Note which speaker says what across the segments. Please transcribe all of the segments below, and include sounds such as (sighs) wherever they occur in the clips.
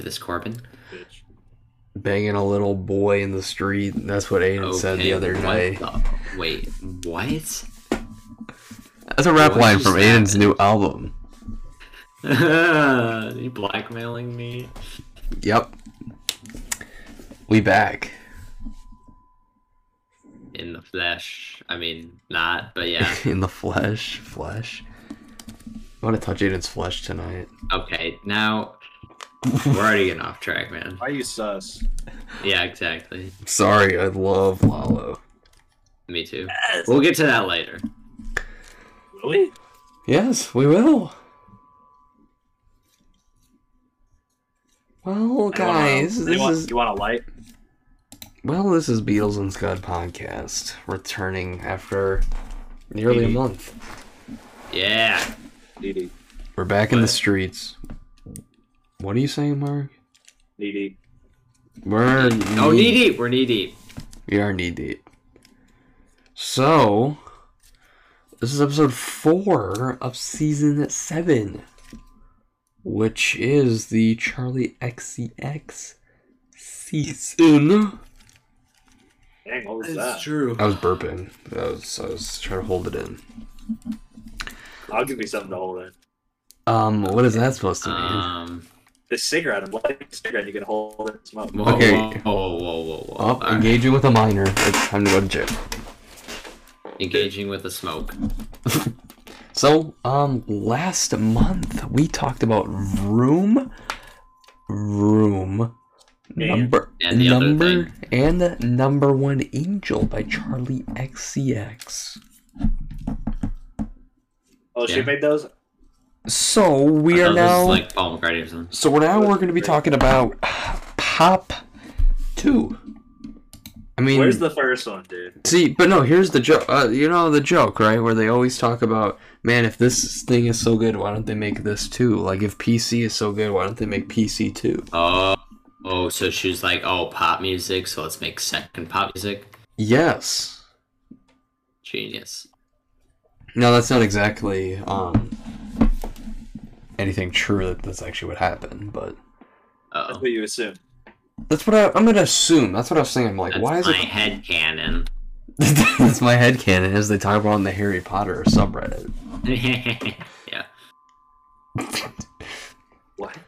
Speaker 1: this, Corbin?
Speaker 2: bitch.
Speaker 3: Banging a little boy in the street. That's what Aiden said the other
Speaker 1: what
Speaker 3: day.
Speaker 1: the- wait, what? (laughs)
Speaker 3: That's a rap
Speaker 1: What
Speaker 3: line
Speaker 1: just
Speaker 3: from Aiden's new album.
Speaker 1: you blackmailing me?
Speaker 3: Yep. We back.
Speaker 1: In the flesh. I mean, not, but
Speaker 3: (laughs)
Speaker 1: yeah.
Speaker 3: In the flesh. Flesh. I want to touch Aiden's flesh tonight.
Speaker 1: Okay, now we're already getting off track, man.
Speaker 2: Why you sus?
Speaker 1: Yeah, exactly.
Speaker 3: I'm sorry, I love Lalo.
Speaker 1: Me too. We'll get to that later.
Speaker 2: Really?
Speaker 3: Yes, we will. Well, guys,
Speaker 2: you
Speaker 3: this
Speaker 2: want,
Speaker 3: is
Speaker 2: you want a light?
Speaker 3: well, this is Beatles and Scud podcast returning after nearly a
Speaker 2: Mhm.
Speaker 3: month.
Speaker 1: Yeah.
Speaker 2: Needy,
Speaker 3: We're back in the
Speaker 1: What?
Speaker 3: streets. What are you saying, Mark?
Speaker 2: needy.
Speaker 3: We're
Speaker 1: Oh, knee deep. We're knee deep.
Speaker 3: We are knee deep. So, this is episode four of season seven, which is the Charlie XCX season.
Speaker 2: Dang, what was that?
Speaker 1: true.
Speaker 3: I was burping. I was, I was trying to hold it in.
Speaker 2: I'll give you something to hold in.
Speaker 3: Um, what is that supposed to mean?
Speaker 1: Um.
Speaker 2: This cigarette, I'm lighting a cigarette. You can hold it and smoke.
Speaker 1: Whoa,
Speaker 3: Okay.
Speaker 1: Whoa, whoa, whoa, whoa. whoa.
Speaker 3: oh,
Speaker 1: All right.
Speaker 3: engaging with a minor. It's time to go to jail.
Speaker 1: Engaging with the smoke.
Speaker 3: So, um, last month we talked about room, room
Speaker 2: Yeah.
Speaker 3: number
Speaker 1: And the other
Speaker 3: number and number one angel by Charlie XCX.
Speaker 2: Oh, she
Speaker 1: Yeah.
Speaker 2: made those.
Speaker 3: So we
Speaker 1: I
Speaker 3: are
Speaker 1: thought this was
Speaker 3: now.
Speaker 1: like Paul McCartney or something.
Speaker 3: so we're now we're going to be talking about (sighs) Pop Two. I mean,
Speaker 2: Where's the first one, dude?
Speaker 3: See, but no, here's the joke. Uh, you know the joke, right? Where they always talk about, man, if this thing is so good, why don't they make this too? Like, if PC is so good, why don't they make PC too?
Speaker 1: Oh. Oh, so she was like, oh, pop music, so let's make second pop music.
Speaker 3: Yes.
Speaker 1: Genius.
Speaker 3: Now that's not exactly um anything true that that's actually what happened, but
Speaker 2: That's
Speaker 1: Oh.
Speaker 2: what you assume.
Speaker 3: that's what I, I'm gonna assume. That's what I was saying. I'm like,
Speaker 1: That's
Speaker 3: why is
Speaker 1: my
Speaker 3: it?
Speaker 1: head cannon.
Speaker 3: (laughs)
Speaker 1: (laughs)
Speaker 3: that's my head canon as they talk about on the Harry Potter subreddit.
Speaker 1: yeah.
Speaker 2: What?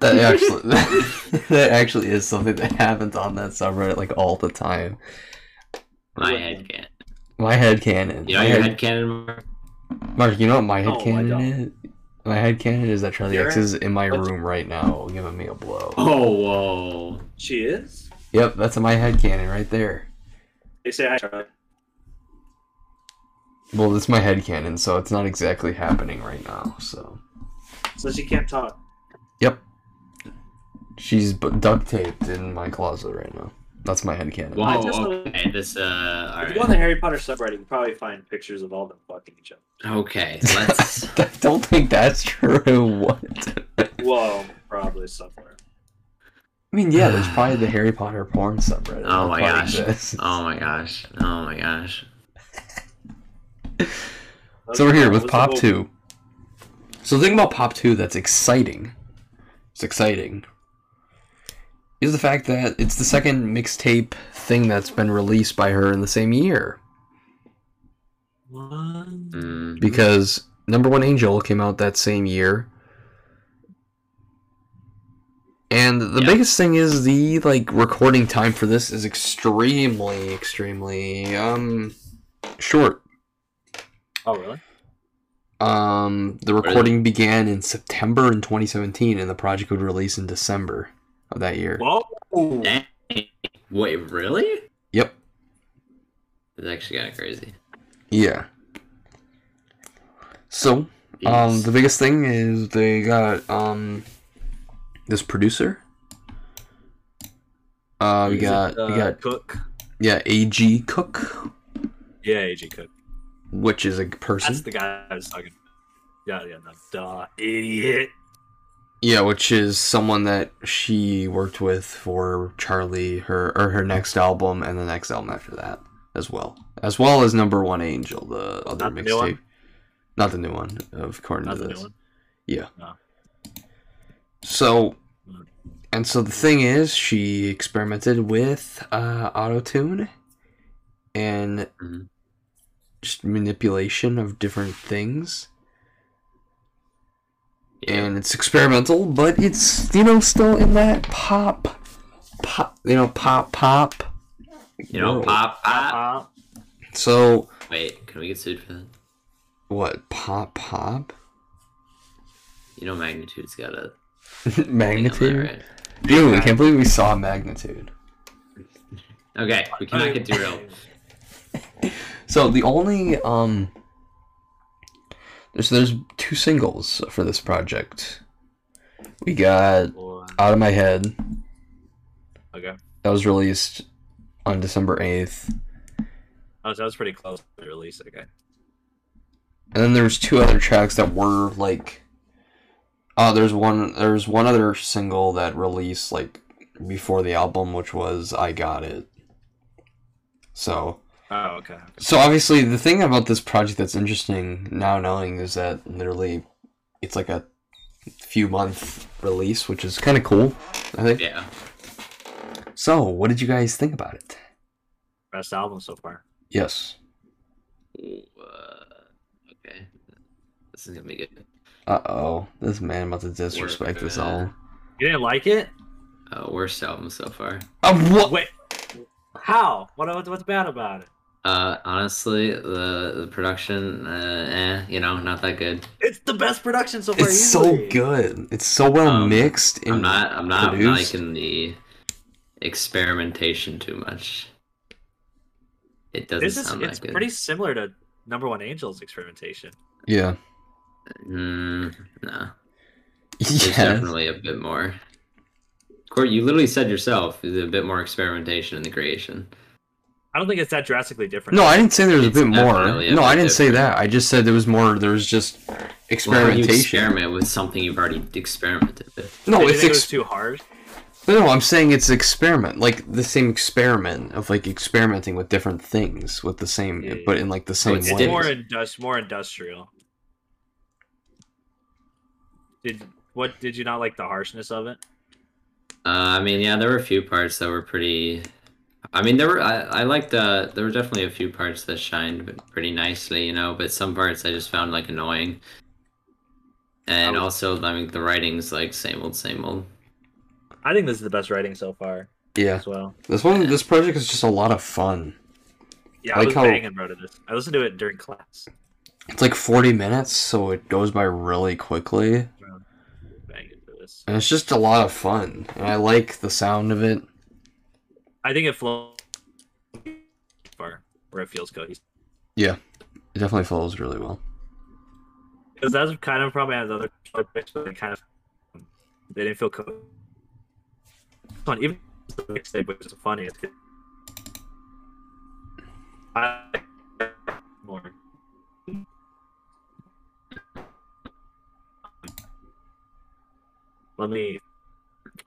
Speaker 3: That actually, (laughs) that actually is something that happens on that subreddit like all the time.
Speaker 1: My head cannon.
Speaker 3: My head canon.
Speaker 1: You know
Speaker 3: my
Speaker 1: your
Speaker 3: head-
Speaker 1: head Oh cannon mark?
Speaker 3: Mark, you know what my
Speaker 2: No,
Speaker 3: head
Speaker 2: I
Speaker 3: cannon
Speaker 2: don't.
Speaker 3: is? My head cannon is that Charlie
Speaker 2: You're
Speaker 3: X is in my
Speaker 2: What?
Speaker 3: room right now, giving me a blow.
Speaker 1: Oh, whoa.
Speaker 2: She is?
Speaker 3: Yep, that's my head cannon right there.
Speaker 2: They say hi, Charlie.
Speaker 3: Well, it's my head cannon, so it's not exactly happening right now. So,
Speaker 2: So she can't talk.
Speaker 3: yep, she's b- duct taped in my closet right now. That's my head cannon.
Speaker 2: I
Speaker 1: Whoa,
Speaker 2: just-
Speaker 1: okay. This, uh,
Speaker 2: If you go on
Speaker 1: alright.
Speaker 2: the Harry Potter subreddit, you can probably find pictures of all them fucking each other.
Speaker 1: Okay, let's.
Speaker 3: (laughs)
Speaker 1: (laughs)
Speaker 3: I don't think that's true. (laughs) What? I
Speaker 2: Whoa, probably somewhere.
Speaker 3: mean,
Speaker 1: (sighs)
Speaker 3: yeah, there's probably the Harry Potter porn subreddit.
Speaker 1: Oh
Speaker 3: that
Speaker 1: my
Speaker 3: probably
Speaker 1: gosh.
Speaker 3: exists.
Speaker 1: Oh my gosh. Oh my gosh.
Speaker 3: So we're here with
Speaker 2: What's the
Speaker 3: Pop
Speaker 2: whole-
Speaker 3: Two. So the thing about Pop Two that's exciting, it's exciting, is the fact that it's the second mixtape thing that's been released by her in the same year.
Speaker 1: Mm,
Speaker 3: Because Number One Angel came out that same year, and the
Speaker 1: Yeah.
Speaker 3: biggest thing is the like recording time for this is extremely, extremely um short.
Speaker 2: Oh, really?
Speaker 3: Um, the
Speaker 1: Really?
Speaker 3: recording began in September in 2017, and the project would release in December of that year.
Speaker 2: Whoa.
Speaker 1: dang. Wait, really?
Speaker 3: Yep.
Speaker 1: That's actually kind of crazy.
Speaker 3: Yeah. So, um,
Speaker 1: Jeez.
Speaker 3: the biggest thing is they got um this producer. Uh, we
Speaker 2: Is it,
Speaker 3: got we
Speaker 2: uh,
Speaker 3: got
Speaker 2: Cook.
Speaker 3: yeah, A.G. Cook,
Speaker 2: Yeah, AJ Cook.
Speaker 3: which is a person.
Speaker 2: That's the guy I was talking. Yeah, yeah, no, duh, idiot.
Speaker 3: Yeah, which is someone that she worked with for Charlie, her or her next album, and the next album after that as well, as well as Number One Angel, the other
Speaker 2: Not the new one?
Speaker 3: mixtape. Not the new one, of according
Speaker 2: Not
Speaker 3: to
Speaker 2: the
Speaker 3: this.
Speaker 2: new one.
Speaker 3: Yeah.
Speaker 2: No.
Speaker 3: So And so the thing is, she experimented with uh, auto tune and
Speaker 2: Mm-hmm.
Speaker 1: Mhm.
Speaker 3: just manipulation of different things. And it's experimental, but it's you know still in that pop, pop you know pop pop.
Speaker 1: You know,
Speaker 3: world.
Speaker 1: pop, pop.
Speaker 2: Uh,
Speaker 3: So
Speaker 1: Wait, can we get sued for that?
Speaker 3: what pop pop (laughs)
Speaker 1: You know, magnitude's got a thing on
Speaker 3: magnitude?
Speaker 1: that, right?
Speaker 3: Dude, I can't believe we saw magnitude.
Speaker 1: Okay, we cannot get
Speaker 2: (laughs)
Speaker 1: derailed.
Speaker 3: So the only um there's there's two singles for this project. We got Out of My Head.
Speaker 2: Okay.
Speaker 3: That was released on December 8th.
Speaker 2: Oh, so that was pretty close to the release. Okay.
Speaker 3: And then there's two other tracks that were like uh there's one there's one other single that released like before the album which was I Got It. So
Speaker 2: Oh, okay.
Speaker 3: So obviously, the thing about this project that's interesting now knowing is that literally, it's like a few month release, which is kind of cool. I think.
Speaker 2: (laughs)
Speaker 1: Yeah.
Speaker 3: So, what did you guys think about it?
Speaker 2: Best album so far.
Speaker 3: Yes.
Speaker 1: Uh, okay. This is gonna be good.
Speaker 3: Uh oh, this man about to disrespect us all.
Speaker 2: You didn't like it?
Speaker 1: Uh, worst album so far.
Speaker 3: Uh, what?
Speaker 2: Wait. How? What? what- What's bad about it?
Speaker 1: Uh, honestly, the the production, uh, eh, you know, not that good.
Speaker 2: It's the best production so far.
Speaker 3: It's so
Speaker 2: easily.
Speaker 3: good. It's so well
Speaker 1: Um,
Speaker 3: mixed. And
Speaker 1: I'm not, I'm not
Speaker 3: produced.
Speaker 1: liking the experimentation too much. It doesn't
Speaker 2: This is
Speaker 1: sound
Speaker 2: it's
Speaker 1: that good.
Speaker 2: pretty similar to Number One Angels experimentation.
Speaker 3: Yeah.
Speaker 1: Mm, no,
Speaker 2: (laughs)
Speaker 1: there's
Speaker 3: (laughs) Yeah.
Speaker 1: definitely a bit more. Court, you literally said yourself, there's a bit more experimentation in the creation.
Speaker 2: I don't think it's that drastically different.
Speaker 3: No, I didn't say there was a
Speaker 1: It's
Speaker 3: bit more.
Speaker 1: definitely a
Speaker 3: No,
Speaker 1: bit
Speaker 3: I didn't say that. I just said there was more. There was just
Speaker 1: Well, how do you
Speaker 3: experimentation.
Speaker 1: experiment with something you've already experimented with.
Speaker 3: No,
Speaker 2: Did you
Speaker 3: it's
Speaker 2: think it
Speaker 3: ex-
Speaker 2: was too hard.
Speaker 3: No, no, I'm saying it's experiment, like the same experiment of like experimenting with different things with the same,
Speaker 2: Yeah, yeah.
Speaker 3: but in like the same
Speaker 1: it's
Speaker 3: way.
Speaker 2: It's
Speaker 1: different.
Speaker 2: more indus- more industrial. Did what? Did you not like the harshness of it?
Speaker 1: Uh, I mean, yeah, there were a few parts that were pretty. I mean, there were. I, I liked. Uh, there were definitely a few parts that shined pretty nicely, you know. But some parts I just found like annoying. And
Speaker 2: I
Speaker 1: also, I mean, the writing's like same old, same old. (coughs)
Speaker 2: I think this is the best writing so far
Speaker 3: Yeah,
Speaker 2: as well.
Speaker 3: this one, this project is just a lot of fun.
Speaker 2: Yeah,
Speaker 3: Like
Speaker 2: I was
Speaker 3: how-
Speaker 2: banging bro to this. I listened to it during class.
Speaker 3: It's like 40 minutes, so it goes by really quickly, and
Speaker 2: Banging for this.
Speaker 3: it's just a lot of fun. And I like the sound of it.
Speaker 2: I think it flows far where it feels cohesive.
Speaker 3: It definitely flows really well.
Speaker 2: Because that's kind of probably another project, but they kind of they didn't feel cohesive. This one, even the mixtape, which is funny, it's good. I more. Let me.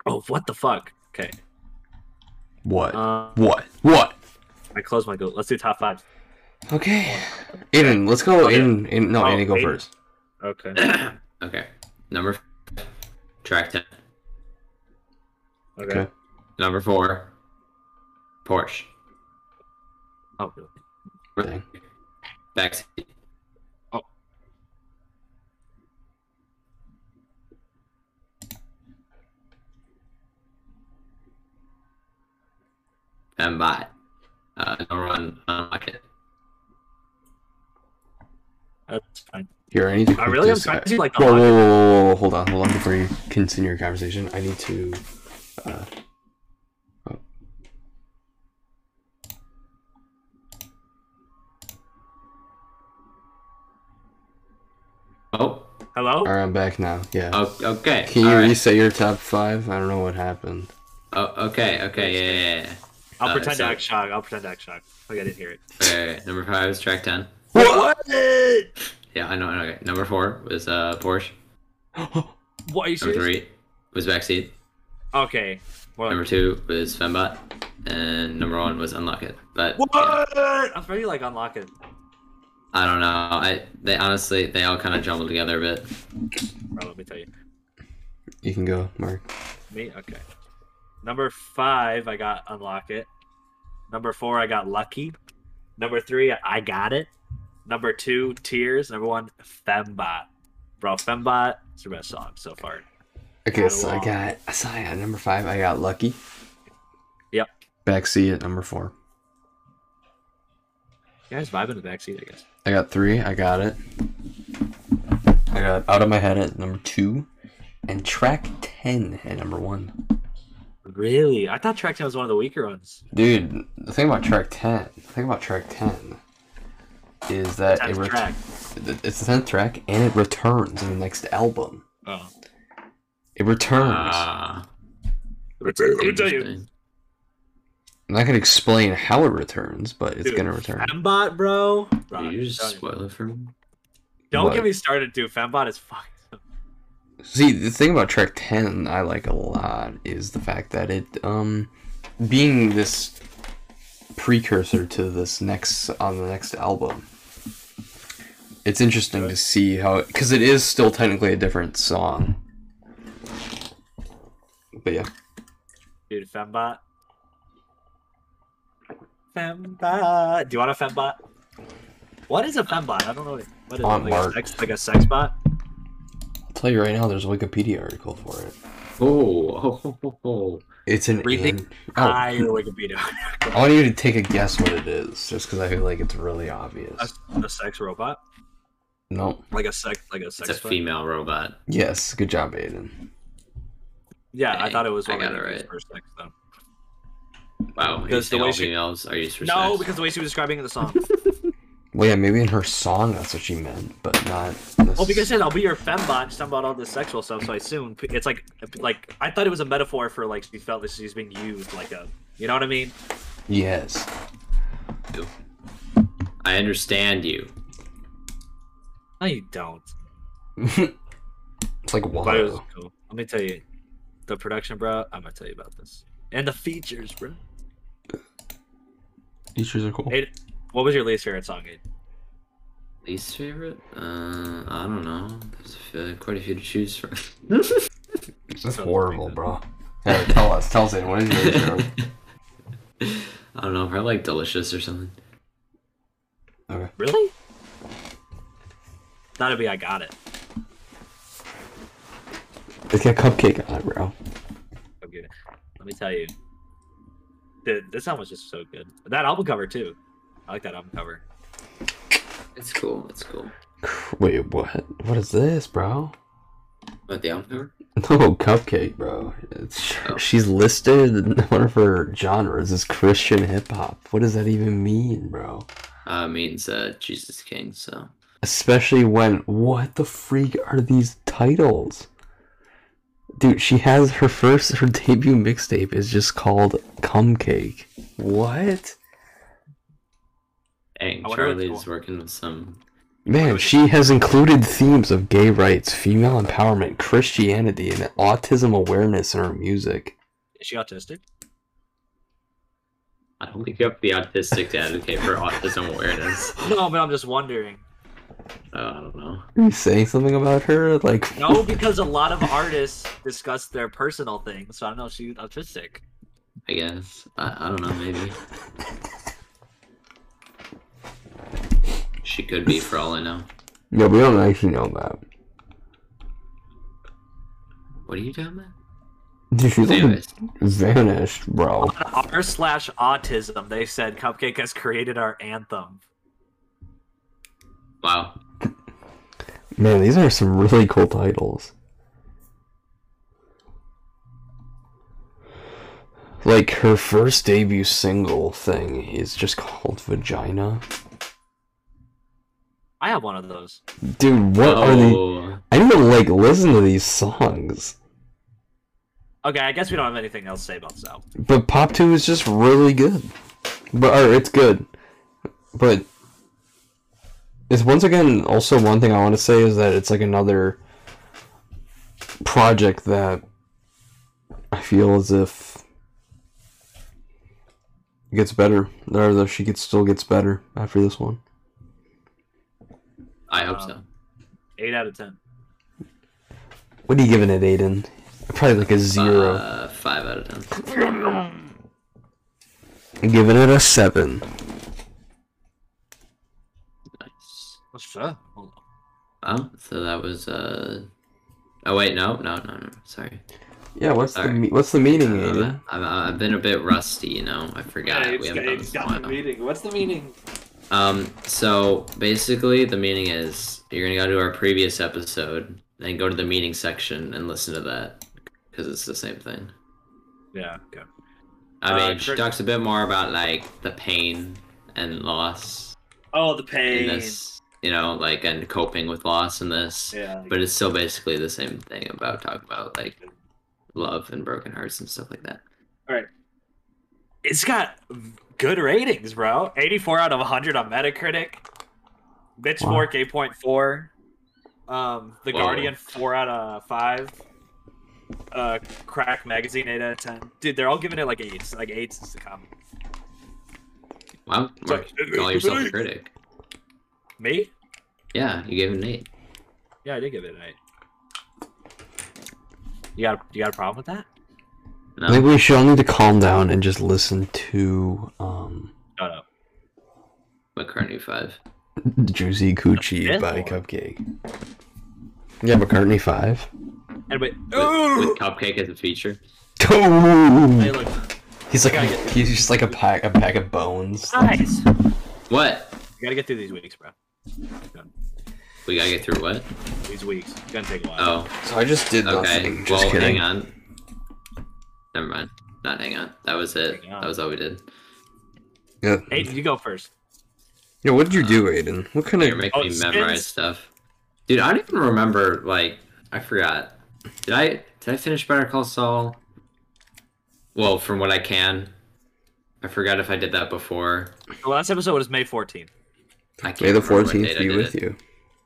Speaker 2: Oh, what the fuck? Okay.
Speaker 3: What?
Speaker 2: Uh,
Speaker 3: what? What?
Speaker 2: I closed my go. Let's do top five.
Speaker 3: Okay, Aiden, let's go.
Speaker 2: Okay.
Speaker 3: Aiden, Aiden, no,
Speaker 2: Oh,
Speaker 3: Aiden, go
Speaker 2: Aiden.
Speaker 3: first.
Speaker 2: Okay.
Speaker 1: okay, number f- track ten.
Speaker 2: Okay.
Speaker 3: Okay.
Speaker 1: Number four, Porsche.
Speaker 2: Oh, really?
Speaker 3: Dang.
Speaker 1: Backseat.
Speaker 2: Oh.
Speaker 1: And bye. Uh, number one, unlock it.
Speaker 2: that's fine.
Speaker 3: Here, I need to.
Speaker 2: I
Speaker 3: click
Speaker 2: Oh, really am
Speaker 3: this-
Speaker 2: trying to do like the
Speaker 3: Whoa, whoa, whoa, whoa, whoa, hold on, hold on before you continue your conversation. I need to. Uh, oh.
Speaker 1: Oh,
Speaker 2: Hello.
Speaker 3: Alright, I'm back now. Yeah.
Speaker 2: Oh,
Speaker 1: o- okay.
Speaker 3: Can you
Speaker 1: all right.
Speaker 3: reset your top five? I don't know what happened.
Speaker 1: Oh, okay, okay, yeah, yeah, yeah.
Speaker 2: I'll
Speaker 1: Uh,
Speaker 2: pretend
Speaker 1: so-
Speaker 2: to act shocked. I'll pretend to act shocked. Okay, I didn't hear it.
Speaker 1: All right, number five is track 10.
Speaker 2: What?
Speaker 1: Yeah, I know, I know. Okay. Number four was uh, Porsche.
Speaker 3: (gasps)
Speaker 2: What are you
Speaker 1: Number
Speaker 2: serious?
Speaker 1: three was Backseat.
Speaker 2: Okay. More
Speaker 1: Number
Speaker 2: like,
Speaker 1: two was Fembot, and number one was Unlock It. But
Speaker 2: what?
Speaker 1: yeah,
Speaker 2: I was ready to like unlock it.
Speaker 1: I don't know. I they honestly they all kind of jumbled together a bit.
Speaker 2: Bro, let me tell you.
Speaker 3: You can go, Mark.
Speaker 2: Me? Okay. Number five, I got unlock it. Number four, I got lucky. Number three, I got it. Number two, tears. Number one, Fembot. Bro, Fembot is the best song so far.
Speaker 3: Okay,
Speaker 2: Got
Speaker 3: so I
Speaker 2: along.
Speaker 3: got Asaya at number five. I got Lucky.
Speaker 2: Yep.
Speaker 3: Backseat at number four.
Speaker 2: You guys vibing in the backseat, I guess.
Speaker 3: I got three. I got it. I got Out of My Head at number two. And track 10 at number one.
Speaker 2: Really? I thought Track 10 was one of the weaker ones.
Speaker 3: Dude, the thing about track 10, the thing about track 10 is that it
Speaker 2: Tenth
Speaker 3: ret-
Speaker 2: track.
Speaker 3: it's the 10th track and it returns in the next album.
Speaker 2: Oh.
Speaker 3: It returns.
Speaker 1: Ah,
Speaker 2: Let me tell you.
Speaker 1: interesting.
Speaker 3: I'm not going to explain how it returns, but it's
Speaker 2: Dude,
Speaker 3: going to return.
Speaker 2: Fembot, bro. Bro,
Speaker 1: Did
Speaker 2: I'm
Speaker 1: you just
Speaker 2: telling you.
Speaker 1: spoil it for me?
Speaker 2: Don't
Speaker 3: What?
Speaker 2: get me started, dude. Fembot is fucked.
Speaker 3: See, the thing about track 10 I like a lot is the fact that it, um, being this precursor to this next, on the next album, it's interesting to see how, because it is still technically a different song. But yeah.
Speaker 2: Dude, Fembot. Fembot. Do you want a Fembot? What is a Fembot? I don't know. What what is
Speaker 3: On
Speaker 2: it? Like a,
Speaker 3: Mark.
Speaker 2: sex, like a sex bot?
Speaker 3: I'll tell you right now, there's a Wikipedia article for it.
Speaker 1: Oh, (laughs) ho, ho, ho.
Speaker 3: It's an.
Speaker 2: Everything
Speaker 3: an- oh, I...
Speaker 2: I Wikipedia.
Speaker 3: want you to take a guess what it is, just because I feel like it's really
Speaker 2: (laughs) a,
Speaker 3: obvious.
Speaker 2: a sex robot?
Speaker 3: No.
Speaker 2: Like a sex like a sex
Speaker 1: it's a
Speaker 2: bot?
Speaker 1: female robot.
Speaker 3: Yes. Good job, Aiden.
Speaker 2: Yeah, I
Speaker 1: Dang,
Speaker 2: thought it was
Speaker 1: I
Speaker 2: one of
Speaker 1: got it
Speaker 2: the
Speaker 1: right.
Speaker 2: for sex though.
Speaker 1: Wow, are you
Speaker 2: Because the
Speaker 1: saying
Speaker 2: way
Speaker 1: all
Speaker 2: she-
Speaker 1: females are used for
Speaker 2: No,
Speaker 1: sex?
Speaker 2: because the way she was describing it in the song.
Speaker 3: Well, yeah, maybe in her song that's what she meant, but not. This...
Speaker 2: oh, because it said, I'll be your fembot, she's talking about all this sexual stuff, so I assume it's like like I thought it was a metaphor for like she felt that she's being used like a you know what I mean?
Speaker 3: Yes. (laughs)
Speaker 1: I understand you.
Speaker 2: No you don't.
Speaker 3: it's like
Speaker 2: But it was
Speaker 3: wow.
Speaker 2: cool. Let me tell you, the production, bro. I'm gonna tell you about this and the features, bro.
Speaker 3: Features are cool.
Speaker 2: Hey, what was your least favorite song? Aiden?
Speaker 1: Least favorite? Uh, I don't know. There's a few- quite a few to choose from. (laughs)
Speaker 3: That's
Speaker 2: so
Speaker 3: horrible,
Speaker 2: stupid.
Speaker 3: bro. Yeah, tell us. Tell us, Aiden. What is your least (laughs) favorite?
Speaker 1: I don't know. Probably like delicious or something.
Speaker 3: Okay.
Speaker 2: Really? That'd be I got it.
Speaker 3: It's got cupcake on it, bro.
Speaker 2: I'm good. Let me tell you, dude, this album was just so good. That album cover too. I like that album cover.
Speaker 1: It's cool. It's cool.
Speaker 3: Cr- Wait, what? What is this, bro? (laughs)
Speaker 1: What the album cover?
Speaker 3: No, cupcake, bro. It's,
Speaker 1: Oh.
Speaker 3: She's listed one of her genres is Christian hip hop. What does that even mean, bro?
Speaker 1: Uh, means uh, Jesus King. So
Speaker 3: Especially when what the freak are these titles? Dude, she has her first her debut mixtape is just called Cumcake. What?
Speaker 1: dang,
Speaker 2: I wonder what it's
Speaker 1: Charlie's
Speaker 2: called.
Speaker 1: working with some.
Speaker 3: Man, she has included themes of gay rights, female empowerment, Christianity, and autism awareness in her music.
Speaker 2: Is she autistic? (gasps)
Speaker 1: I don't think you have to be autistic to advocate for autism awareness.
Speaker 2: No, but I'm just wondering.
Speaker 1: Oh, I don't know.
Speaker 3: Are you saying something about her? Like
Speaker 2: No, because a lot of artists discuss their personal things, so I don't know if she's autistic.
Speaker 1: I guess I, I don't know. Maybe she could be for all I know.
Speaker 3: Yeah, we don't actually know that.
Speaker 1: What are you doing, man?
Speaker 3: Dude, she's like
Speaker 1: Anyways,
Speaker 3: vanished, bro.
Speaker 2: R slash autism. They said Cupcake has created our anthem.
Speaker 1: wow.
Speaker 3: Man, these are some really cool titles. Like her first debut single thing is just called Vagina.
Speaker 2: I have one of those.
Speaker 3: Dude, what are they?
Speaker 1: Oh,
Speaker 3: I need to like listen to these songs.
Speaker 2: Okay, I guess we don't have anything else to say about this album.
Speaker 3: But Pop 2 is just really good. But or it's good. But it's once again also one thing I want to say is that it's like another project that I feel as if gets better. Or though she gets still gets better after this one.
Speaker 1: I hope
Speaker 2: Um,
Speaker 3: Uh,
Speaker 1: so.
Speaker 2: Eight out of ten.
Speaker 3: What are you giving it, Aiden? Probably like a zero.
Speaker 1: Uh, five out of ten.
Speaker 3: I'm giving it a seven.
Speaker 1: Nice.
Speaker 2: What's up? Hold on.
Speaker 1: Oh, so that was uh. Oh wait, no, no, no, no. Sorry.
Speaker 3: Yeah, what's the
Speaker 1: Alright.
Speaker 3: me- what's the meaning,
Speaker 1: Uh,
Speaker 3: Aiden?
Speaker 1: I've, I've been a bit rusty, you know. I forgot.
Speaker 2: Hey,
Speaker 1: we
Speaker 2: it's
Speaker 1: haven't
Speaker 2: got-
Speaker 1: done
Speaker 2: it's
Speaker 1: this in a
Speaker 2: got the
Speaker 1: while.
Speaker 2: meaning. What's the meaning?
Speaker 1: Um, so basically, the meeting is you're gonna go to our previous episode, then go to the meeting section and listen to that because it's the same thing.
Speaker 2: Yeah. Okay.
Speaker 1: I
Speaker 2: Uh,
Speaker 1: mean, she
Speaker 2: Chris-
Speaker 1: talks a bit more about like the pain and loss
Speaker 2: Oh, the
Speaker 1: in
Speaker 2: pain.
Speaker 1: this, you know, like and coping with loss in this,
Speaker 2: Yeah.
Speaker 1: but it's still basically the same thing about talk about like love and broken hearts and stuff like that.
Speaker 2: it's got good ratings, bro. 84 out of 100 on Metacritic. Pitchfork 8.4. Um, the
Speaker 1: Whoa.
Speaker 2: Guardian 4 out of 5. Uh, Crack Magazine 8 out of 10. Dude, they're all giving it like 8s. Like 8s is the common.
Speaker 1: Wow, Mark,
Speaker 2: Sorry.
Speaker 1: call yourself a critic.
Speaker 2: Me?
Speaker 1: Yeah, you gave him an eight.
Speaker 2: Yeah, I did give it an 8. You got, you got a problem with that?
Speaker 1: No,
Speaker 3: I think we should all need to calm down and just listen to um,
Speaker 2: No, no.
Speaker 1: McCartney five.
Speaker 3: "Juicy Coochie"
Speaker 2: Fifth
Speaker 3: by
Speaker 2: one.
Speaker 3: Cupcake. Yeah, McCartney Five. (laughs)
Speaker 2: Anyway.
Speaker 1: With,
Speaker 2: Ooh!
Speaker 1: with cupcake as a feature.
Speaker 2: Hey,
Speaker 3: Ooh.
Speaker 2: look.
Speaker 3: He's like
Speaker 2: I gotta get-
Speaker 3: he's just like a pack a pack of bones.
Speaker 2: Nice.
Speaker 1: What?
Speaker 2: gotta get through these weeks, bro.
Speaker 1: We gotta get through what?
Speaker 2: These weeks. It's gonna take a while.
Speaker 1: Oh,
Speaker 3: So I just did
Speaker 1: okay.
Speaker 3: nothing. Just
Speaker 1: well,
Speaker 3: kidding.
Speaker 1: hang on. Never mind. Not hang on. That was it.
Speaker 2: Hang on.
Speaker 1: That was all we did.
Speaker 3: Yeah.
Speaker 2: Aiden, you go first.
Speaker 3: Yeah. What did you do, Aiden? What kind
Speaker 1: You're
Speaker 3: of?
Speaker 1: making
Speaker 2: Oh,
Speaker 1: me
Speaker 2: spins.
Speaker 1: memorize stuff. Dude, I don't even remember. Like, I forgot. Did I did I finish Better Call Saul? Well, from what I can, I forgot if I did that before.
Speaker 2: The last episode was May 14th.
Speaker 1: I can't
Speaker 3: May the
Speaker 1: remember what
Speaker 3: fourteenth
Speaker 1: date I
Speaker 3: be
Speaker 1: did
Speaker 3: with
Speaker 1: it.
Speaker 3: you.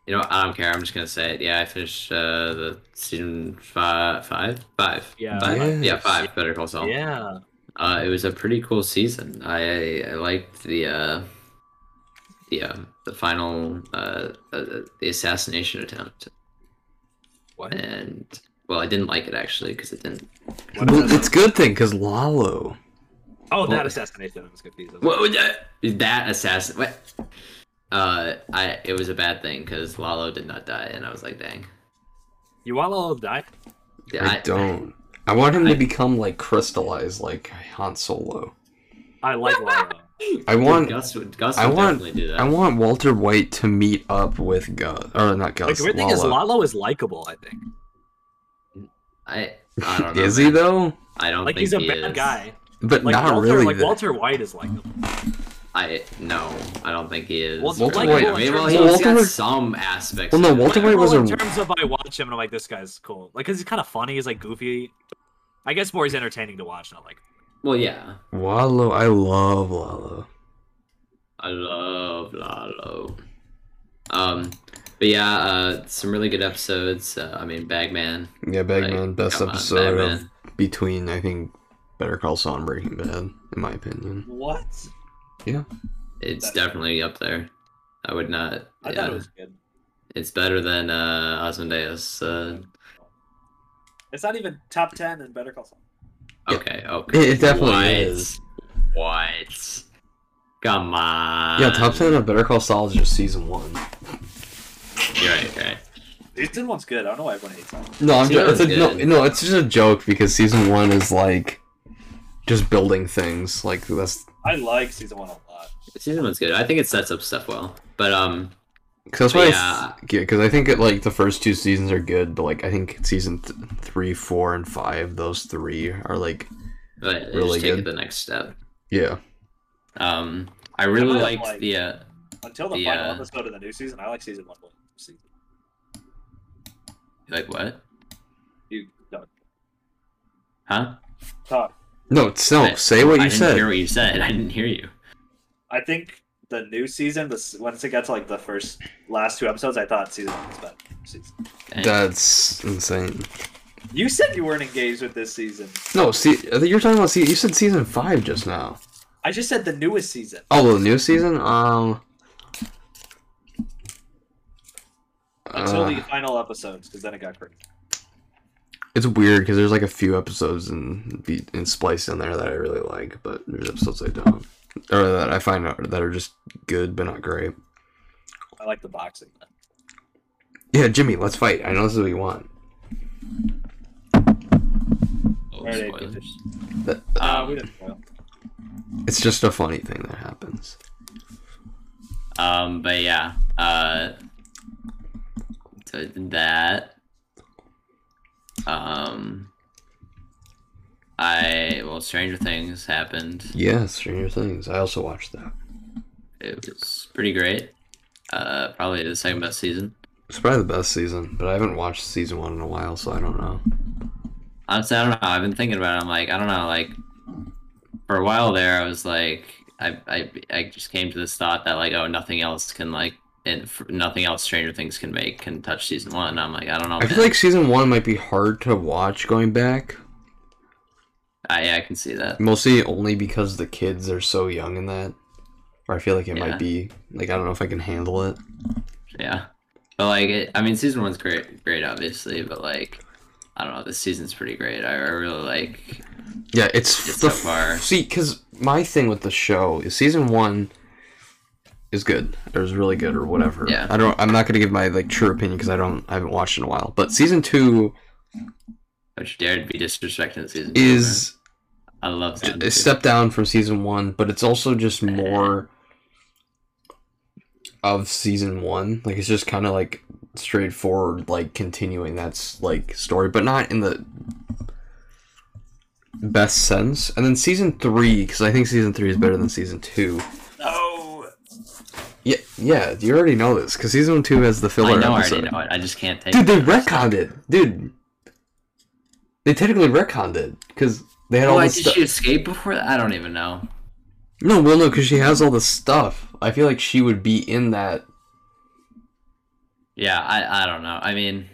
Speaker 1: You know, what? I don't care. I'm just gonna say it. Yeah, I finished uh, the season five, five, five.
Speaker 2: Yeah.
Speaker 1: five. yeah,
Speaker 3: Yes.
Speaker 1: five. Better Call Saul.
Speaker 2: Yeah.
Speaker 1: Uh, it was a pretty cool season. I I liked the uh, the uh, the final uh, uh, the assassination attempt,
Speaker 2: What?
Speaker 1: and well, I didn't like it actually because it didn't.
Speaker 2: What
Speaker 3: Well,
Speaker 2: is that?
Speaker 3: it's a good thing because Lalo.
Speaker 2: Oh,
Speaker 1: Well-
Speaker 2: that assassination. I was confused. I was
Speaker 1: What would that that assassin? What? Uh, I it was a bad thing because Lalo did not die, and I was like, dang.
Speaker 2: like, You want all die?
Speaker 1: Yeah,
Speaker 3: I don't. I want him
Speaker 1: I-
Speaker 3: to become like crystallized, like Han Solo.
Speaker 2: I like Lalo.
Speaker 3: I want.
Speaker 1: Gus would Gus would
Speaker 3: I want-
Speaker 1: definitely do that.
Speaker 3: I want Walter White to meet up with Gus, or not
Speaker 2: The
Speaker 3: Gus.
Speaker 2: weird thing is,
Speaker 3: Lala.
Speaker 2: Lalo is likable. I think.
Speaker 1: I, I don't know.
Speaker 3: Is he
Speaker 1: man.
Speaker 3: though?
Speaker 1: I don't
Speaker 2: Like
Speaker 1: think
Speaker 2: he's a
Speaker 1: he
Speaker 2: bad
Speaker 1: is.
Speaker 2: guy.
Speaker 3: But
Speaker 2: Like
Speaker 3: not
Speaker 2: Walter,
Speaker 3: really.
Speaker 2: like
Speaker 3: though.
Speaker 2: Walter White is likable.
Speaker 1: I no, I don't think he is.
Speaker 2: Walter
Speaker 3: Walter
Speaker 1: Like,
Speaker 3: White-
Speaker 1: I mean, well,
Speaker 2: Well,
Speaker 1: he's
Speaker 3: Walter
Speaker 1: got
Speaker 3: White-
Speaker 1: some aspects.
Speaker 3: Well, no,
Speaker 1: of it.
Speaker 3: Walter White
Speaker 2: Well,
Speaker 3: was
Speaker 2: in
Speaker 3: a-
Speaker 2: terms of I watch him and I'm like, this guy's cool. Like, cause he's kind of funny. He's like goofy. I guess more he's entertaining to watch, not like.
Speaker 1: Well, yeah,
Speaker 3: Wallo, I love Lalo.
Speaker 1: I love Lalo. Um, but yeah, uh, some really good episodes. Uh, I mean, Bagman.
Speaker 3: Yeah, Bagman,
Speaker 1: like,
Speaker 3: best
Speaker 1: come on,
Speaker 3: episode of
Speaker 1: Bagman.
Speaker 3: between I think Better Call Saul and Breaking Bad, in my opinion.
Speaker 2: What?
Speaker 1: It's definitely up there. I would not.
Speaker 2: I
Speaker 1: yeah,
Speaker 2: thought it was good.
Speaker 1: it's better than uh, Osmondeus. Uh,
Speaker 2: It's not even top ten in Better Call Saul.
Speaker 3: Yeah.
Speaker 1: okay, okay.
Speaker 3: It definitely
Speaker 1: what?
Speaker 3: is.
Speaker 1: What? Come on.
Speaker 3: yeah, top ten of Better Call Saul is just season one.
Speaker 1: You're right. you're right.
Speaker 2: Season one's good. I don't know why everyone hates it.
Speaker 3: No, I'm
Speaker 1: Season
Speaker 3: just, it's a,
Speaker 1: one's
Speaker 3: no,
Speaker 1: good.
Speaker 3: no, it's just a joke because season one is like just building things. Like that's
Speaker 2: I like season one a lot.
Speaker 1: Season one's good. I think it sets up stuff well, but um.
Speaker 3: Cause that's why,
Speaker 1: Yeah.
Speaker 3: I, th- yeah, cause I think it, like the first two seasons are good, but like I think season th- three, four, and five, those three are like,
Speaker 1: but they
Speaker 3: Really
Speaker 1: just take
Speaker 3: good.
Speaker 1: it the next step.
Speaker 3: yeah,
Speaker 1: Um, I really
Speaker 2: might have
Speaker 1: liked
Speaker 2: liked-
Speaker 1: the. Uh,
Speaker 2: Until the
Speaker 1: The,
Speaker 2: final
Speaker 1: uh,
Speaker 2: episode of the new season, I like season one. more than Season
Speaker 1: like what?
Speaker 2: you don't
Speaker 1: Huh?
Speaker 2: talk.
Speaker 3: no, it's, no,
Speaker 1: I-
Speaker 3: say what
Speaker 1: I
Speaker 3: you
Speaker 1: didn't
Speaker 3: said.
Speaker 1: hear what you said. (laughs) I didn't hear you.
Speaker 2: I think the new season, this once it got to like the first last two episodes, I thought season one was better. Season.
Speaker 1: Dang.
Speaker 3: That's insane.
Speaker 2: You said you weren't engaged with this season.
Speaker 3: No, see, I think you're talking about season. You said season five just now.
Speaker 2: I just said the newest season.
Speaker 3: Oh, the new season. Um.
Speaker 2: Until
Speaker 3: uh,
Speaker 2: the final episodes, because then it got crazy.
Speaker 3: It's weird because there's like a few episodes and be and spliced in there that I really like, but there's episodes I don't, or that I find out that are just good but not great.
Speaker 2: I like the boxing.
Speaker 3: Yeah, Jimmy, let's fight. I know this is what you want.
Speaker 1: Oh,
Speaker 2: Alright,
Speaker 1: spoilers.
Speaker 2: Apex.
Speaker 3: That-
Speaker 2: Uh, we didn't spoil.
Speaker 3: it's just a funny thing that happens.
Speaker 1: Um, but yeah, uh, so that. Um, I well, Stranger Things happened.
Speaker 3: Yeah, Stranger Things. I also watched that.
Speaker 1: It was pretty great. Uh, probably the second best season.
Speaker 3: It's probably the best season, but I haven't watched season one in a while, so I don't know.
Speaker 1: Honestly, I don't know. I've been thinking about it. I'm like, I don't know. Like, for a while there, I was like, I, I, I just came to this thought that like, oh, nothing else can like, and f- nothing else Stranger Things can make can touch season one. I'm like, I don't know.
Speaker 3: I
Speaker 1: man.
Speaker 3: feel like season one might be hard to watch going back,
Speaker 1: I, yeah, I can see that.
Speaker 3: mostly only because the kids are so young in that. Or I feel like it
Speaker 1: Yeah.
Speaker 3: might be like I don't know if I can handle it.
Speaker 1: Yeah, but like, it, I mean, season one's great, great, obviously. But like, I don't know. This season's pretty great. I, I really like.
Speaker 3: Yeah, it's,
Speaker 1: It's so
Speaker 3: the
Speaker 1: far.
Speaker 3: see because my thing with the show is season one is good or is really good or whatever.
Speaker 1: Yeah.
Speaker 3: I don't. I'm not gonna give my like true opinion because I don't. I haven't watched in a while. But season two
Speaker 1: Don't you dare to be disrespecting season two,
Speaker 3: is
Speaker 1: man. I love season
Speaker 3: a
Speaker 1: two.
Speaker 3: step down from season one, but it's also just more of season one. Like it's just kind of like straightforward, like continuing that's like story, but not in the best sense. And then season three, because I think season three is better than season two.
Speaker 2: Oh,
Speaker 3: Yeah, yeah, you already know this because season two has the
Speaker 1: I
Speaker 3: filler
Speaker 1: know. I
Speaker 3: episode.
Speaker 1: already know it. I just can't take.
Speaker 3: Dude,
Speaker 1: it.
Speaker 3: they retconned it, dude. They technically retconned it because they had all
Speaker 1: Why
Speaker 3: this
Speaker 1: Oh, did
Speaker 3: stuff.
Speaker 1: she escape before that? I don't even know.
Speaker 3: No, well, no, because she has all the stuff. I feel like she would be in that.
Speaker 1: Yeah, I, I don't know. I mean,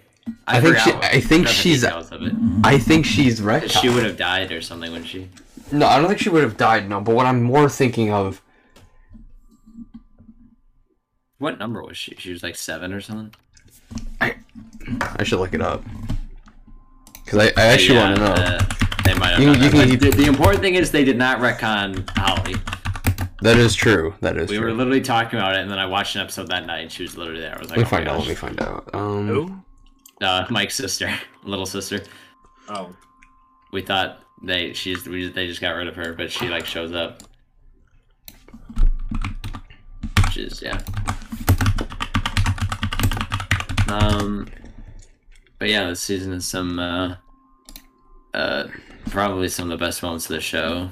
Speaker 1: I,
Speaker 3: I think
Speaker 1: forgot
Speaker 3: she-
Speaker 1: what-
Speaker 3: I think
Speaker 1: forgot the
Speaker 3: she's-
Speaker 1: details of it.
Speaker 3: I think she's retcon.
Speaker 1: She would have died or something, wouldn't she?
Speaker 3: No, I don't think she would have died. No, but what I'm more thinking of,
Speaker 1: What number was she? She was like seven or something.
Speaker 3: I should look it up. Cause I, I actually
Speaker 1: Yeah,
Speaker 3: want to know.
Speaker 1: uh, they might have.
Speaker 3: You-
Speaker 1: done
Speaker 3: you
Speaker 1: that,
Speaker 3: can-
Speaker 1: but the, the important thing is they did not retcon Holly.
Speaker 3: that is true. That is
Speaker 1: We were
Speaker 3: true.
Speaker 1: literally talking about it, and then I watched an episode that night, and she was literally there. I was like,
Speaker 3: let me
Speaker 1: oh
Speaker 3: find
Speaker 1: my
Speaker 3: out.
Speaker 1: gosh.
Speaker 3: Let me find out.
Speaker 1: Oh,
Speaker 3: Um,
Speaker 2: who?
Speaker 1: Uh, Mike's sister, (laughs) little sister.
Speaker 2: Oh,
Speaker 1: We thought they she's we, they just got rid of her, but she like shows up. Which is yeah. Um, but yeah, this season is some uh, uh, probably some of the best moments of the show.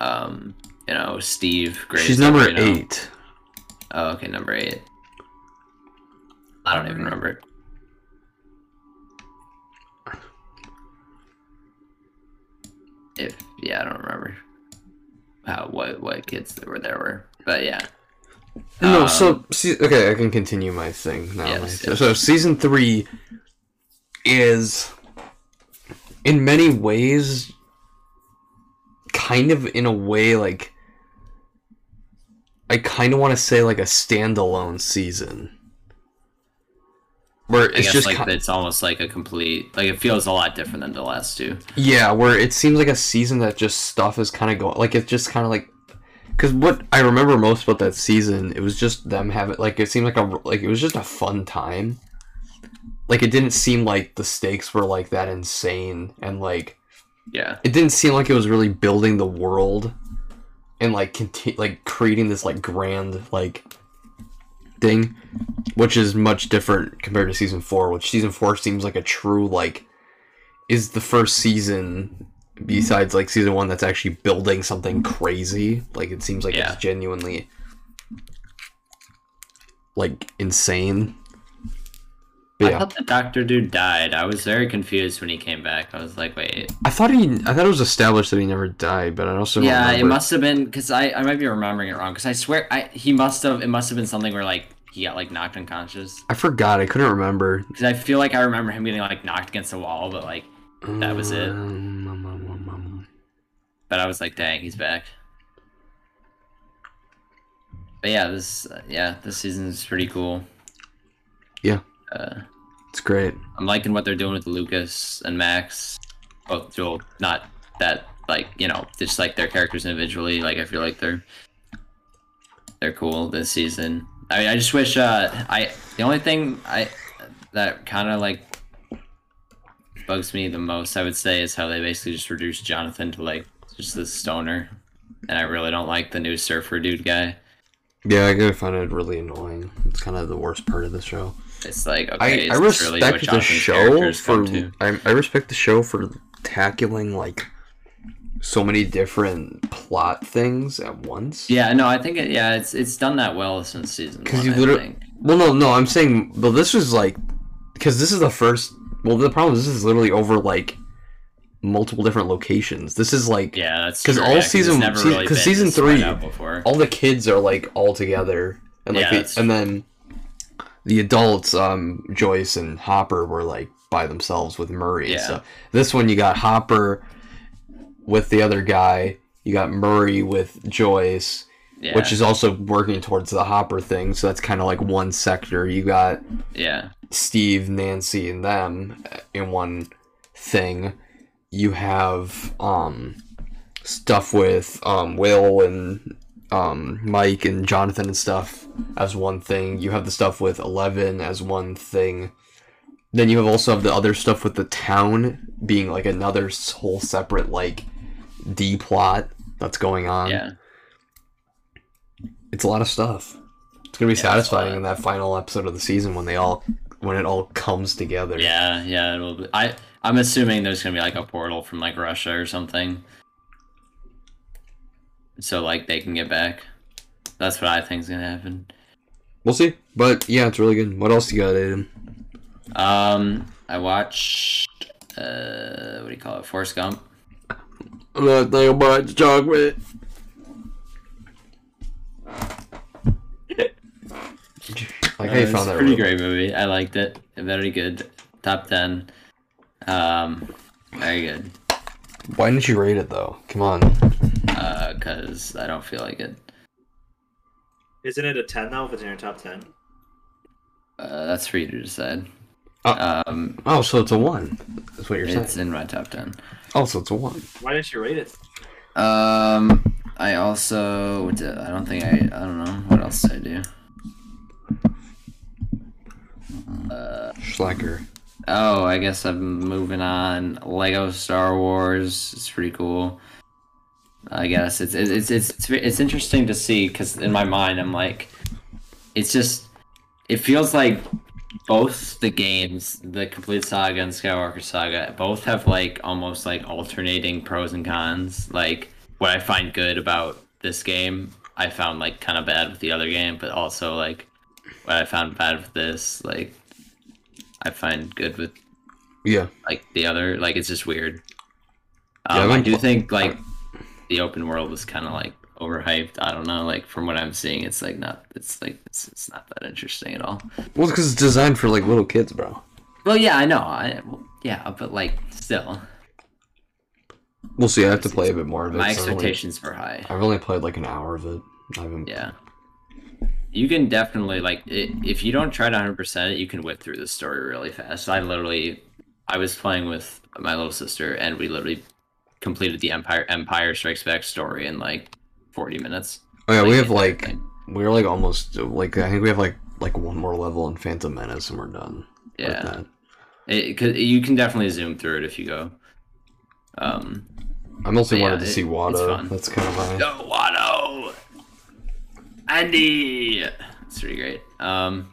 Speaker 1: Um, you know, Steve. Grace,
Speaker 3: she's number
Speaker 1: you know.
Speaker 3: eight.
Speaker 1: Oh, okay, number eight. I don't even remember. it. If yeah, I don't remember how what what kids that were there were, but yeah,
Speaker 3: No,
Speaker 1: Um,
Speaker 3: so see, okay, I can continue my thing now.
Speaker 1: Yes,
Speaker 3: So-
Speaker 1: yes.
Speaker 3: So season three is, in many ways, kind of in a way like I kind of want to say like a standalone season, where
Speaker 1: I
Speaker 3: it's
Speaker 1: guess
Speaker 3: just
Speaker 1: like
Speaker 3: ki-
Speaker 1: it's almost like a complete like it feels a lot different than the last two.
Speaker 3: Yeah, where it seems like a season that just stuff is kind of going like it's just kind of like because what I remember most about that season, it was just them having like it seemed like a like it was just a fun time. Like it didn't seem like the stakes were like that insane, and like
Speaker 1: Yeah,
Speaker 3: it didn't seem like it was really building the world and like conti- like creating this like grand like thing which is much different compared to season 4 which season 4 seems like a true like is the first season besides like season 1 that's actually building something crazy like it seems like
Speaker 1: Yeah.
Speaker 3: it's genuinely like insane But
Speaker 1: I
Speaker 3: yeah.
Speaker 1: thought the doctor dude died. I was very confused when he came back. I was like, wait,
Speaker 3: I thought he I thought it was established that he never died but I also don't
Speaker 1: Yeah, it
Speaker 3: remember-
Speaker 1: must have been because I, I might be remembering it wrong because I swear I he must have it must have been something where like he got like knocked unconscious
Speaker 3: I forgot I couldn't remember
Speaker 1: because I feel like I remember him getting like knocked against the wall but like That was it.
Speaker 3: Um,
Speaker 1: but I was like dang he's back. But yeah, this yeah this season's pretty cool.
Speaker 3: Yeah.
Speaker 1: Uh,
Speaker 3: It's great.
Speaker 1: I'm liking what they're doing with Lucas and Max, both dual, not that like you know, just like their characters individually. Like I feel like they're they're cool this season. I mean, I just wish uh, I the only thing I that kind of like bugs me the most, I would say, is how they basically just reduced Jonathan to like just the stoner, and I really don't like the new surfer dude guy.
Speaker 3: Yeah, I gotta find it really annoying. It's kind of the worst part of the show.
Speaker 1: It's like okay,
Speaker 3: I, I
Speaker 1: is this really
Speaker 3: respect
Speaker 1: what
Speaker 3: the
Speaker 1: Jonathan's
Speaker 3: show
Speaker 1: characters
Speaker 3: for
Speaker 1: come to?
Speaker 3: I, I respect the show for tackling like so many different plot things at once.
Speaker 1: Yeah, no, I think it, yeah, it's it's done that well since season
Speaker 3: 'Cause
Speaker 1: one.
Speaker 3: you
Speaker 1: I
Speaker 3: literally-
Speaker 1: think.
Speaker 3: Well, no, no, I'm saying, well, this is like, because this is the first. Well, the problem is this is literally over like multiple different locations. This is like
Speaker 1: Yeah, that's
Speaker 3: 'Cause
Speaker 1: true,
Speaker 3: all
Speaker 1: yeah, it's
Speaker 3: season-
Speaker 1: never
Speaker 3: see-
Speaker 1: really
Speaker 3: 'cause
Speaker 1: been
Speaker 3: season
Speaker 1: this spread
Speaker 3: three-
Speaker 1: out before.
Speaker 3: all the kids are like all together, and like
Speaker 1: Yeah,
Speaker 3: the-
Speaker 1: that's
Speaker 3: and then the adults, um, Joyce and Hopper were like by themselves with Murray. and
Speaker 1: Yeah.
Speaker 3: stuff. this one you got Hopper with the other guy. You got Murray with Joyce
Speaker 1: yeah,
Speaker 3: which is also working towards the Hopper thing. So that's kind of like one sector. You got
Speaker 1: yeah,
Speaker 3: Steve, Nancy, and them uh, in one thing. You have um, stuff with um, Will and um, Mike and Jonathan and stuff as one thing. You have the stuff with Eleven as one thing. Then you have also have the other stuff with the town being like another s- whole separate like D plot that's going on
Speaker 1: yeah.
Speaker 3: it's a lot of stuff. It's gonna be
Speaker 1: Yeah, it's a
Speaker 3: satisfying
Speaker 1: lot.
Speaker 3: in that final episode of the season when they all when it all comes together.
Speaker 1: Yeah, yeah. It'll be, I I'm assuming there's gonna be like a portal from like Russia or something, so like they can get back. That's what I think's gonna happen.
Speaker 3: We'll see. But yeah, it's really good. What else you got, Aiden?
Speaker 1: Um, I watched uh, what do you call it? Forrest Gump.
Speaker 3: Nothing about chocolate. like how
Speaker 1: Uh,
Speaker 3: you
Speaker 1: it's
Speaker 3: found
Speaker 1: a
Speaker 3: that
Speaker 1: pretty
Speaker 3: really
Speaker 1: great movie. I liked it. Very good. Top ten. Um, very good.
Speaker 3: Why didn't you rate it though? Come on.
Speaker 1: Uh, cause I don't feel like it.
Speaker 2: Isn't it a ten though? If it's in your top ten,
Speaker 1: Uh, that's for you to decide.
Speaker 3: Uh,
Speaker 1: um,
Speaker 3: Oh, so it's a one. That's what you're
Speaker 1: it's
Speaker 3: saying.
Speaker 1: in my top ten.
Speaker 3: Oh, so it's a one.
Speaker 2: why didn't you rate it?
Speaker 1: Um, I also what did- I don't think I I don't know what else did I do.
Speaker 3: Schlecker.
Speaker 1: Oh, I guess I'm moving on. Lego Star Wars. It's pretty cool. I guess it's it's it's it's it's, it's interesting to see because in my mind I'm like, it's just it feels like both the games, the Complete Saga and Skywalker Saga, both have like almost like alternating pros and cons. Like what I find good about this game, I found like kind of bad with the other game, but also like what I found bad with this, like I find good with
Speaker 3: Yeah.
Speaker 1: like the other like it's just weird
Speaker 3: Yeah, I
Speaker 1: um, i
Speaker 3: wouldn't
Speaker 1: do
Speaker 3: pl-
Speaker 1: think like the open world was kind of like overhyped i don't know like from what i'm seeing it's like not it's like it's, it's not that interesting at all
Speaker 3: Well, because it's designed for like little kids, bro.
Speaker 1: well yeah i know i well, yeah but like still
Speaker 3: We'll see. I have to play a bit more of it.
Speaker 1: my
Speaker 3: so I don't really-
Speaker 1: expectations were high
Speaker 3: I've only played like an hour of it. I haven't.
Speaker 1: yeah you can definitely like i if you don't try to 100% it you can whip through the story really fast i literally i was playing with my little sister and we literally completed the empire empire strikes back story in like 40 minutes
Speaker 3: Oh yeah, we have
Speaker 1: Like,
Speaker 3: like we're like almost like I think we have like like one more level in Phantom Menace and we're done. with
Speaker 1: yeah
Speaker 3: that.
Speaker 1: it, 'cause you can definitely zoom through it if you go um
Speaker 3: I mostly
Speaker 1: But yeah,
Speaker 3: wanted to
Speaker 1: it-
Speaker 3: see
Speaker 1: it's
Speaker 3: Wada.
Speaker 1: fun.
Speaker 3: That's kind of my.
Speaker 1: no Watto! andy it's pretty great um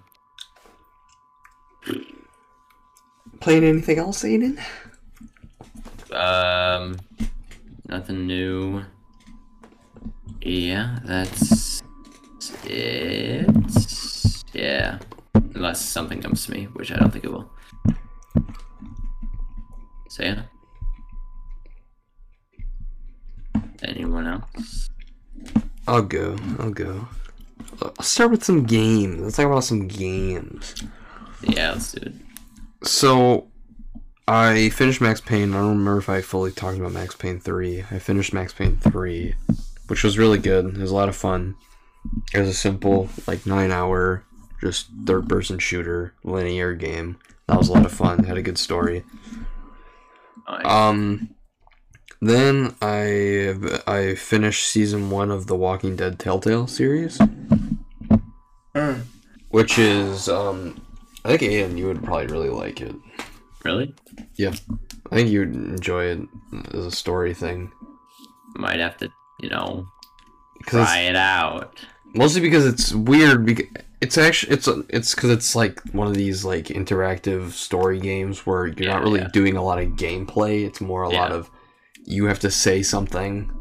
Speaker 3: Playing anything else, Aiden?
Speaker 1: um nothing new yeah that's it yeah unless something comes to me which i don't think it will so yeah anyone else
Speaker 3: I'll go. I'll go. I'll start with some games. Let's talk about some games.
Speaker 1: yeah let's do it
Speaker 3: So, I finished Max Payne. I don't remember if I fully talked about Max Payne 3. I finished Max Payne 3, which was really good. It was a lot of fun. It was a simple, like, nine hour, just third person shooter, linear game That was a lot of fun. Had a good story.
Speaker 1: Nice.
Speaker 3: Um, then I I finished season one of the Walking Dead Telltale series, which is um, I think Ian you would probably really like it.
Speaker 1: really?
Speaker 3: I think you'd enjoy it as a story thing
Speaker 1: Might have to, you know,
Speaker 3: because
Speaker 1: try it out.
Speaker 3: mostly because it's weird because it's actually it's it's because it's like one of these like interactive story games where you're
Speaker 1: Yeah,
Speaker 3: not really
Speaker 1: yeah.
Speaker 3: doing a lot of gameplay it's more a lot
Speaker 1: Yeah.
Speaker 3: of you have to say something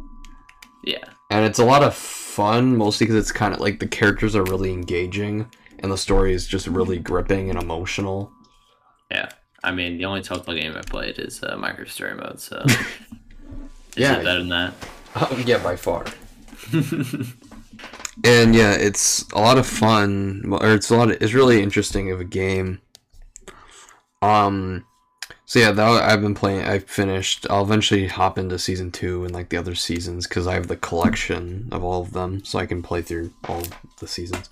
Speaker 1: Yeah.
Speaker 3: and it's a lot of fun mostly because it's kind of like the characters are really engaging and the story is just really gripping and emotional
Speaker 1: Yeah. I mean, the only Telltale game I played is uh, micro story mode,
Speaker 3: (laughs)
Speaker 1: so.
Speaker 3: Yeah.
Speaker 1: Is it better than that?
Speaker 3: yeah by far (laughs) and yeah it's a lot of fun or it's a lot of, it's really interesting of a game um so yeah that i've been playing i finished i'll eventually hop into season two and like the other seasons because i have the collection of all of them so i can play through all the seasons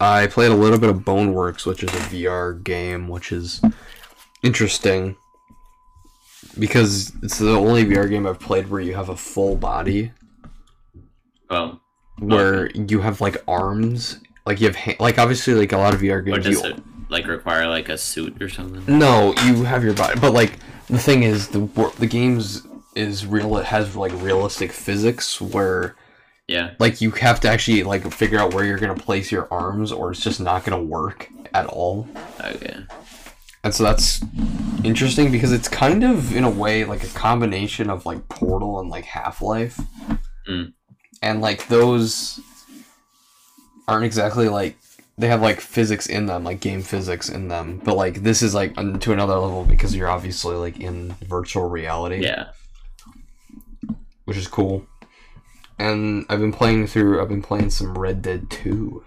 Speaker 3: i played a little bit of boneworks which is a vr game which is interesting because it's the only vr game i've played where you have a full body
Speaker 1: Well,
Speaker 3: where you have like arms, like you have ha- like obviously like a lot of VR
Speaker 1: or
Speaker 3: games.
Speaker 1: does
Speaker 3: you-
Speaker 1: it like require like a suit or something?
Speaker 3: no, you have your body, but like the thing is the wor- the games is real. It has like realistic physics where
Speaker 1: Yeah.
Speaker 3: like you have to actually like figure out where you're gonna place your arms, or it's just not gonna work at all.
Speaker 1: Okay.
Speaker 3: And so that's interesting because it's kind of in a way like a combination of like Portal and like Half Life,
Speaker 1: Mm.
Speaker 3: and like those aren't exactly like they have like physics in them, like game physics in them. But like this is like on- to another level because you're obviously like in virtual reality,
Speaker 1: Yeah.
Speaker 3: which is cool. And I've been playing through. I've been playing some Red Dead Two.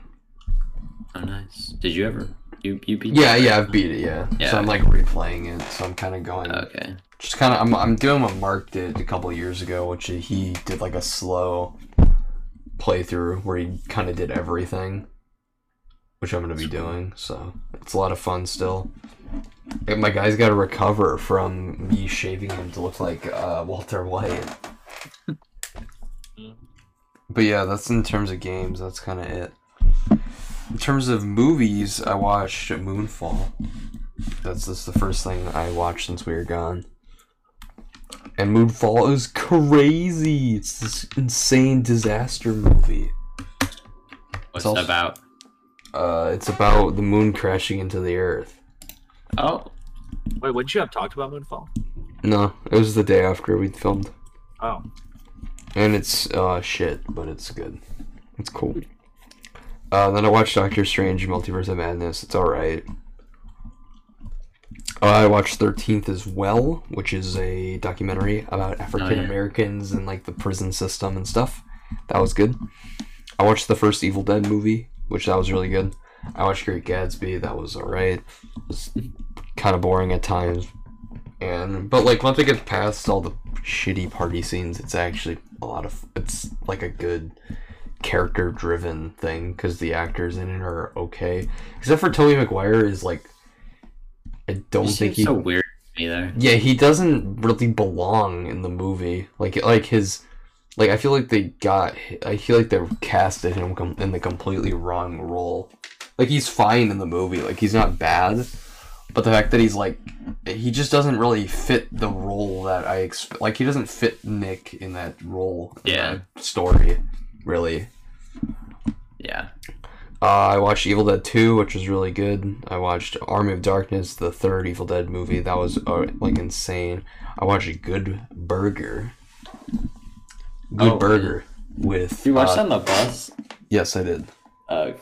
Speaker 1: Oh, nice. Did you ever? You you beat?
Speaker 3: Yeah,
Speaker 1: that,
Speaker 3: yeah, I've
Speaker 1: right?
Speaker 3: beat it. Yeah, so
Speaker 1: Yeah. Uh,
Speaker 3: I'm like replaying it. So I'm kind of going.
Speaker 1: Okay.
Speaker 3: just kind of I'm, I'm doing what mark did a couple years ago which he did like a slow playthrough where he kind of did everything which i'm going to be doing so it's a lot of fun still and my guy's got to recover from me shaving him to look like uh, walter white but yeah that's in terms of games that's kind of it in terms of movies i watched moonfall that's just the first thing i watched since we were gone and Moonfall is crazy. It's this insane disaster movie.
Speaker 1: What's
Speaker 3: also-
Speaker 1: it about?
Speaker 3: Uh, it's about the moon crashing into the Earth.
Speaker 1: Oh,
Speaker 2: Wait, wouldn't you have talked about Moonfall?
Speaker 3: No, it was the day after we filmed,
Speaker 2: Oh,
Speaker 3: and it's uh shit, but it's good. It's cool. Uh, then I watched Doctor Strange: Multiverse of Madness. It's all right. Uh, I watched Thirteenth as well, which is a documentary about African Americans and like the prison system and stuff. That was good. I watched the first Evil Dead movie, which that was really good. I watched Great Gatsby. That was all right. It was kind of boring at times, and but like once it gets past all the shitty party scenes, it's actually a lot of. It's like a good character driven thing because the actors in it are okay, except for Toby McGuire is like. I don't
Speaker 1: you seem
Speaker 3: think he
Speaker 1: so weird to me there.
Speaker 3: yeah, he doesn't really belong in the movie. Like like his like I feel like they got I feel like they casted him com- in the completely wrong role. Like he's fine in the movie. Like he's not bad. But the fact that he's like he just doesn't really fit the role that I expect. Like he doesn't fit Nick in that role. in
Speaker 1: Yeah.
Speaker 3: that story really.
Speaker 1: Yeah.
Speaker 3: Uh, I watched Evil Dead 2, which was really good. I watched Army of Darkness, the third Evil Dead movie. That was uh, like insane. I watched Good Burger. Good
Speaker 1: Oh,
Speaker 3: Burger with.
Speaker 1: You watched that
Speaker 3: uh,
Speaker 1: on the bus?
Speaker 3: Yes, I did.
Speaker 1: Uh,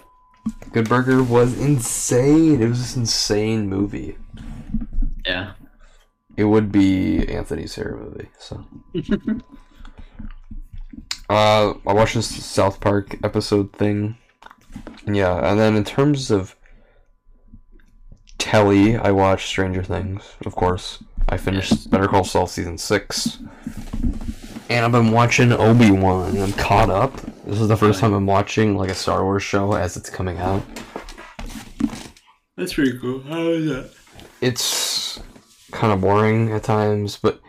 Speaker 3: Good Burger was insane. It was this insane movie.
Speaker 1: yeah.
Speaker 3: It would be Anthony Sarah movie. So. uh, I watched this South Park episode thing. Yeah, and then in terms of telly, I watched Stranger Things, of course. I finished Better Call Saul season six, and I've been watching Obi Wan. I'm caught up. This is the first time I'm watching like a Star Wars show as it's coming out.
Speaker 1: That's pretty cool. How is that?
Speaker 3: it's kind of boring at times, but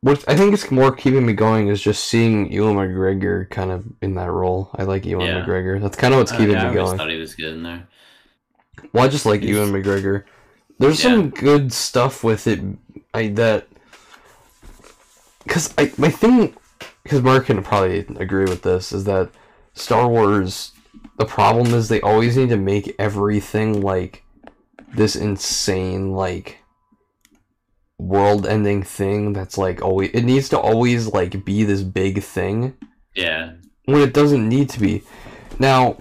Speaker 3: what I think is more keeping me going is just seeing Ewan McGregor kind of in that role. I like Ewan
Speaker 1: Yeah. Uh,
Speaker 3: McGregor. That's kind of what's keeping
Speaker 1: yeah, I
Speaker 3: me
Speaker 1: always
Speaker 3: going.
Speaker 1: thought he was good in there.
Speaker 3: Well, I just like
Speaker 1: He's-
Speaker 3: Ewan McGregor. There's some good stuff with it. I that because I my thing because Mark can probably agree with this is that Star Wars the problem is they always need to make everything like this insane like world-ending thing that's like always it needs to always like be this big thing
Speaker 1: Yeah,
Speaker 3: when it doesn't need to be. Now,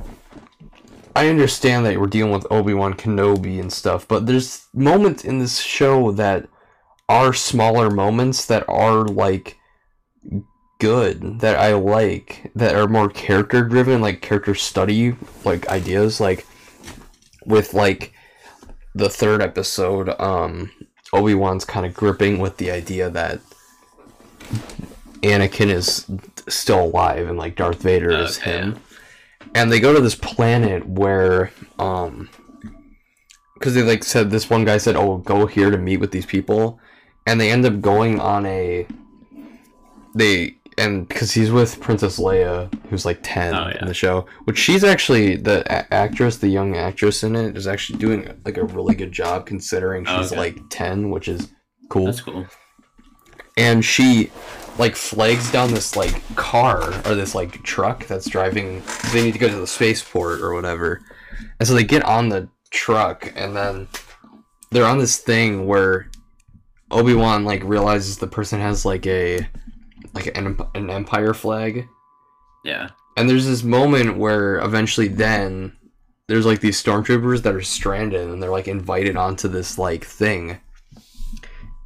Speaker 3: I understand that we're dealing with Obi Wan Kenobi and stuff, but there's moments in this show that are smaller moments that are like good that I like that are more character driven, like character study, like ideas, like with like the third episode. Um, Obi Wan's kind of gripping with the idea that. Anakin is still alive and like Darth Vader is
Speaker 1: Okay,
Speaker 3: him. And they go to this planet where um cuz they like said this one guy said, "Oh, go here to meet with these people." And they end up going on a they and because he's with Princess Leia, who's like 10
Speaker 1: Oh, yeah.
Speaker 3: in the show, which she's actually the a- actress, the young actress in it is actually doing like a really good job considering
Speaker 1: Oh,
Speaker 3: she's
Speaker 1: okay.
Speaker 3: like 10, which is cool
Speaker 1: that's cool.
Speaker 3: and she like flags down this like car or this like truck that's driving 'cause they need to go to the spaceport or whatever and so they get on the truck and then they're on this thing where obi-wan like realizes the person has like a like an, emp- an empire flag
Speaker 1: Yeah,
Speaker 3: and there's this moment where eventually then there's like these stormtroopers that are stranded and they're like invited onto this like thing.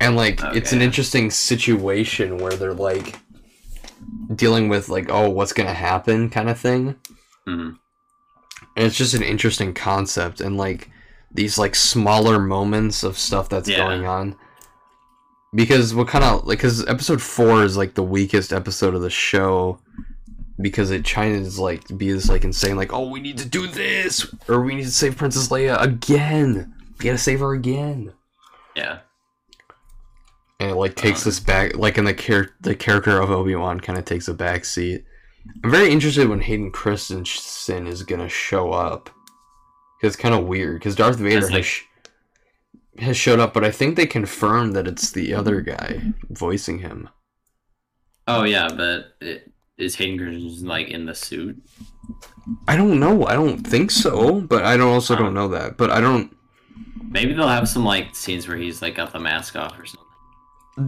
Speaker 3: And like it's an
Speaker 1: Okay.
Speaker 3: interesting situation where they're like dealing with like oh what's going to happen kind of thing.
Speaker 1: Mhm.
Speaker 3: And it's just an interesting concept and like these like smaller moments of stuff that's
Speaker 1: Yeah.
Speaker 3: going on. Because what kind of like cuz episode 4 is like the weakest episode of the show because it tries to like be this like insane like oh we need to do this or we need to save Princess Leia again. We got to save her again.
Speaker 1: yeah,
Speaker 3: And it like
Speaker 1: Uh.
Speaker 3: takes us back like in the char- the character of Obi-Wan kind of takes a back seat. I'm very interested when Hayden Christensen is going to show up. Cuz it's kind of weird cuz Darth Vader
Speaker 1: like-
Speaker 3: has, sh- has showed up but I think they confirmed that it's the other guy voicing him.
Speaker 1: oh yeah. But it, is Hayden Christensen like in the suit?
Speaker 3: I don't know. I don't think so, but I don't also don't know that. But I don't
Speaker 1: Maybe they'll have some like scenes where he's like got the mask off or something.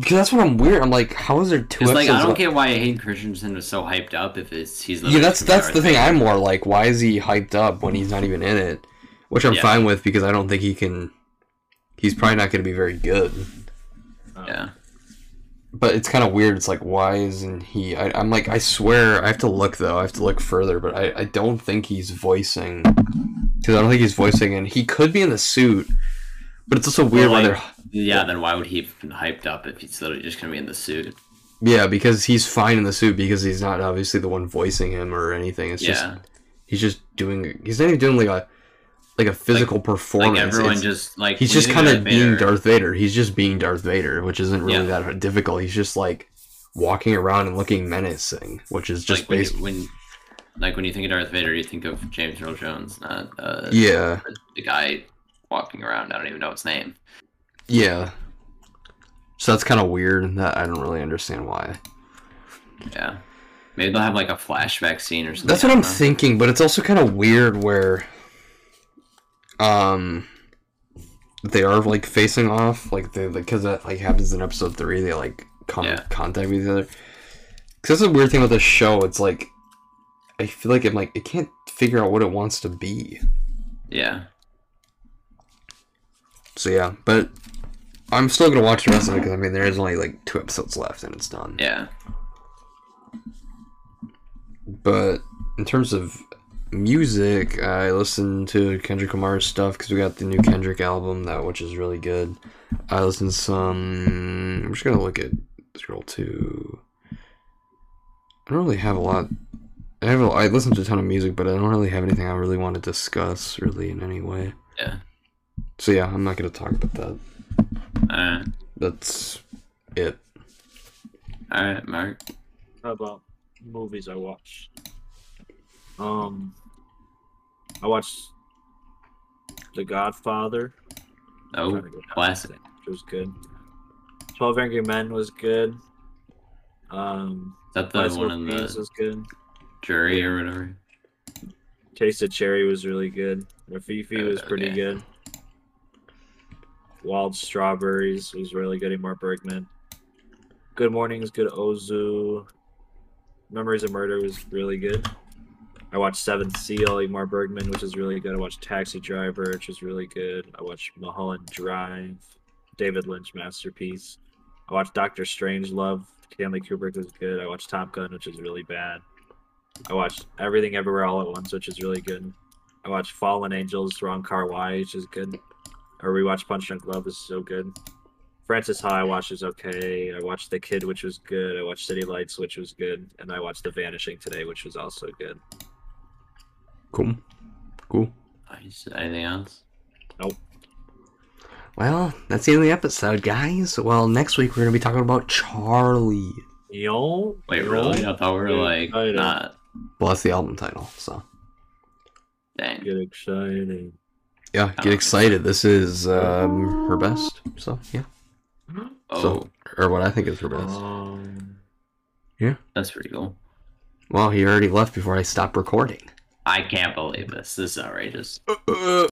Speaker 3: Cause that's what I'm weird. I'm like, how is there two
Speaker 1: It's like I don't
Speaker 3: left?
Speaker 1: get why Hayden Christensen was so hyped up if it's he's
Speaker 3: yeah, that's
Speaker 1: literally
Speaker 3: that's the thing. I'm more like, why is he hyped up when he's not even in it? Which I'm
Speaker 1: Yeah.
Speaker 3: fine with because I don't think he can. He's probably not going to be very good.
Speaker 2: Oh.
Speaker 1: Yeah,
Speaker 3: But it's kind of weird. It's like, why isn't he? I, I'm like, I swear, I have to look though. I have to look further, but I, I don't think he's voicing because I don't think he's voicing, and he could be in the suit. But it's also weird
Speaker 1: like-
Speaker 3: whether.
Speaker 1: yeah. Then why would he have been hyped up if he's literally just gonna be in the suit?
Speaker 3: Yeah, because he's fine in the suit because he's not obviously the one voicing him or anything. It's just
Speaker 1: yeah,
Speaker 3: he's just doing he's not even doing like a like a physical performance.
Speaker 1: like everyone
Speaker 3: It's-
Speaker 1: just like
Speaker 3: he's
Speaker 1: when you
Speaker 3: just
Speaker 1: think
Speaker 3: kind of
Speaker 1: Darth
Speaker 3: being
Speaker 1: Vader-
Speaker 3: Darth Vader. He's just being Darth Vader, which isn't really
Speaker 1: Yeah.
Speaker 3: that difficult. He's just like walking around and looking menacing, which is just
Speaker 1: like when, you,
Speaker 3: based
Speaker 1: when like when you think of Darth Vader, you think of James Earl Jones, not uh,
Speaker 3: yeah
Speaker 1: the guy walking around. I don't even know his name.
Speaker 3: yeah. So that's kind of weird. and That I don't really understand why.
Speaker 1: Yeah, maybe they'll have like a flashback scene or something.
Speaker 3: That's
Speaker 1: I
Speaker 3: what
Speaker 1: don't
Speaker 3: I'm
Speaker 1: know.
Speaker 3: thinking, but it's also kind of weird where, um, they are like facing off, like they like because that like happens in episode three. They like come in
Speaker 1: Yeah.
Speaker 3: contact with each other. Because that's a weird thing about the show. It's like I feel like I'm like it can't figure out what it wants to be.
Speaker 1: Yeah,
Speaker 3: So yeah, but I'm still gonna watch the rest of it because I mean there is only like two episodes left and it's done.
Speaker 1: yeah.
Speaker 3: But in terms of music, I listened to Kendrick Lamar's stuff because we got the new Kendrick album that which is really good. I listened to some. I'm just gonna look at scroll to. I don't really have a lot. I have. A, I listened to a ton of music, but I don't really have anything I really want to discuss really in any way.
Speaker 1: Yeah.
Speaker 3: So yeah, I'm not gonna talk about that.
Speaker 1: All right,
Speaker 3: That's it.
Speaker 1: all right, Mark.
Speaker 2: How about movies I watch? Um, I watched The Godfather.
Speaker 1: Oh,
Speaker 2: Trying to get that
Speaker 1: classic.
Speaker 2: thing, Which was good. Twelve Angry Men was good. Um,
Speaker 1: Is that the
Speaker 2: Bicycle
Speaker 1: one in
Speaker 2: Thieves
Speaker 1: the
Speaker 2: was good.
Speaker 1: jury or whatever?
Speaker 2: Taste of Cherry was really good. Rafifi was pretty
Speaker 1: Okay.
Speaker 2: good. Wild Strawberries was really good. Mark Bergman. Good Mornings, good Ozu. Memories of Murder was really good. I watched Seven Seal, Ingmar Bergman, which is really good. I watched Taxi Driver, which is really good. I watched Mulholland Drive, David Lynch masterpiece. I watched Doctor Strange Love, Stanley Kubrick was good. I watched Top Gun, which is really bad. I watched Everything Everywhere All at Once, which is really good. I watched Fallen Angels, Ron Karwai, which is good. I rewatched Punch Drunk Love, is so good. Francis Ha I watched is okay. I watched The Kid, which was good. I watched City Lights, which was good, and I watched The Vanishing today, which was also good.
Speaker 3: Cool. Cool.
Speaker 1: Nice. Anything else?
Speaker 3: Well, that's the end of the episode, guys. Well, next week we're gonna be talking about Charlie.
Speaker 2: Yo,
Speaker 1: Wait,
Speaker 2: yo.
Speaker 1: really? I thought we were
Speaker 2: Yeah,
Speaker 1: like
Speaker 2: I don't-
Speaker 1: not.
Speaker 3: Well, that's the album title, so
Speaker 1: Dang.
Speaker 2: Get exciting.
Speaker 3: yeah, get excited. This is um, her best. So yeah,
Speaker 1: Oh,
Speaker 3: so or what I think is her best.
Speaker 2: Um,
Speaker 1: that's pretty cool.
Speaker 3: Well, he already left before I stopped recording.
Speaker 1: I can't believe this. This is outrageous.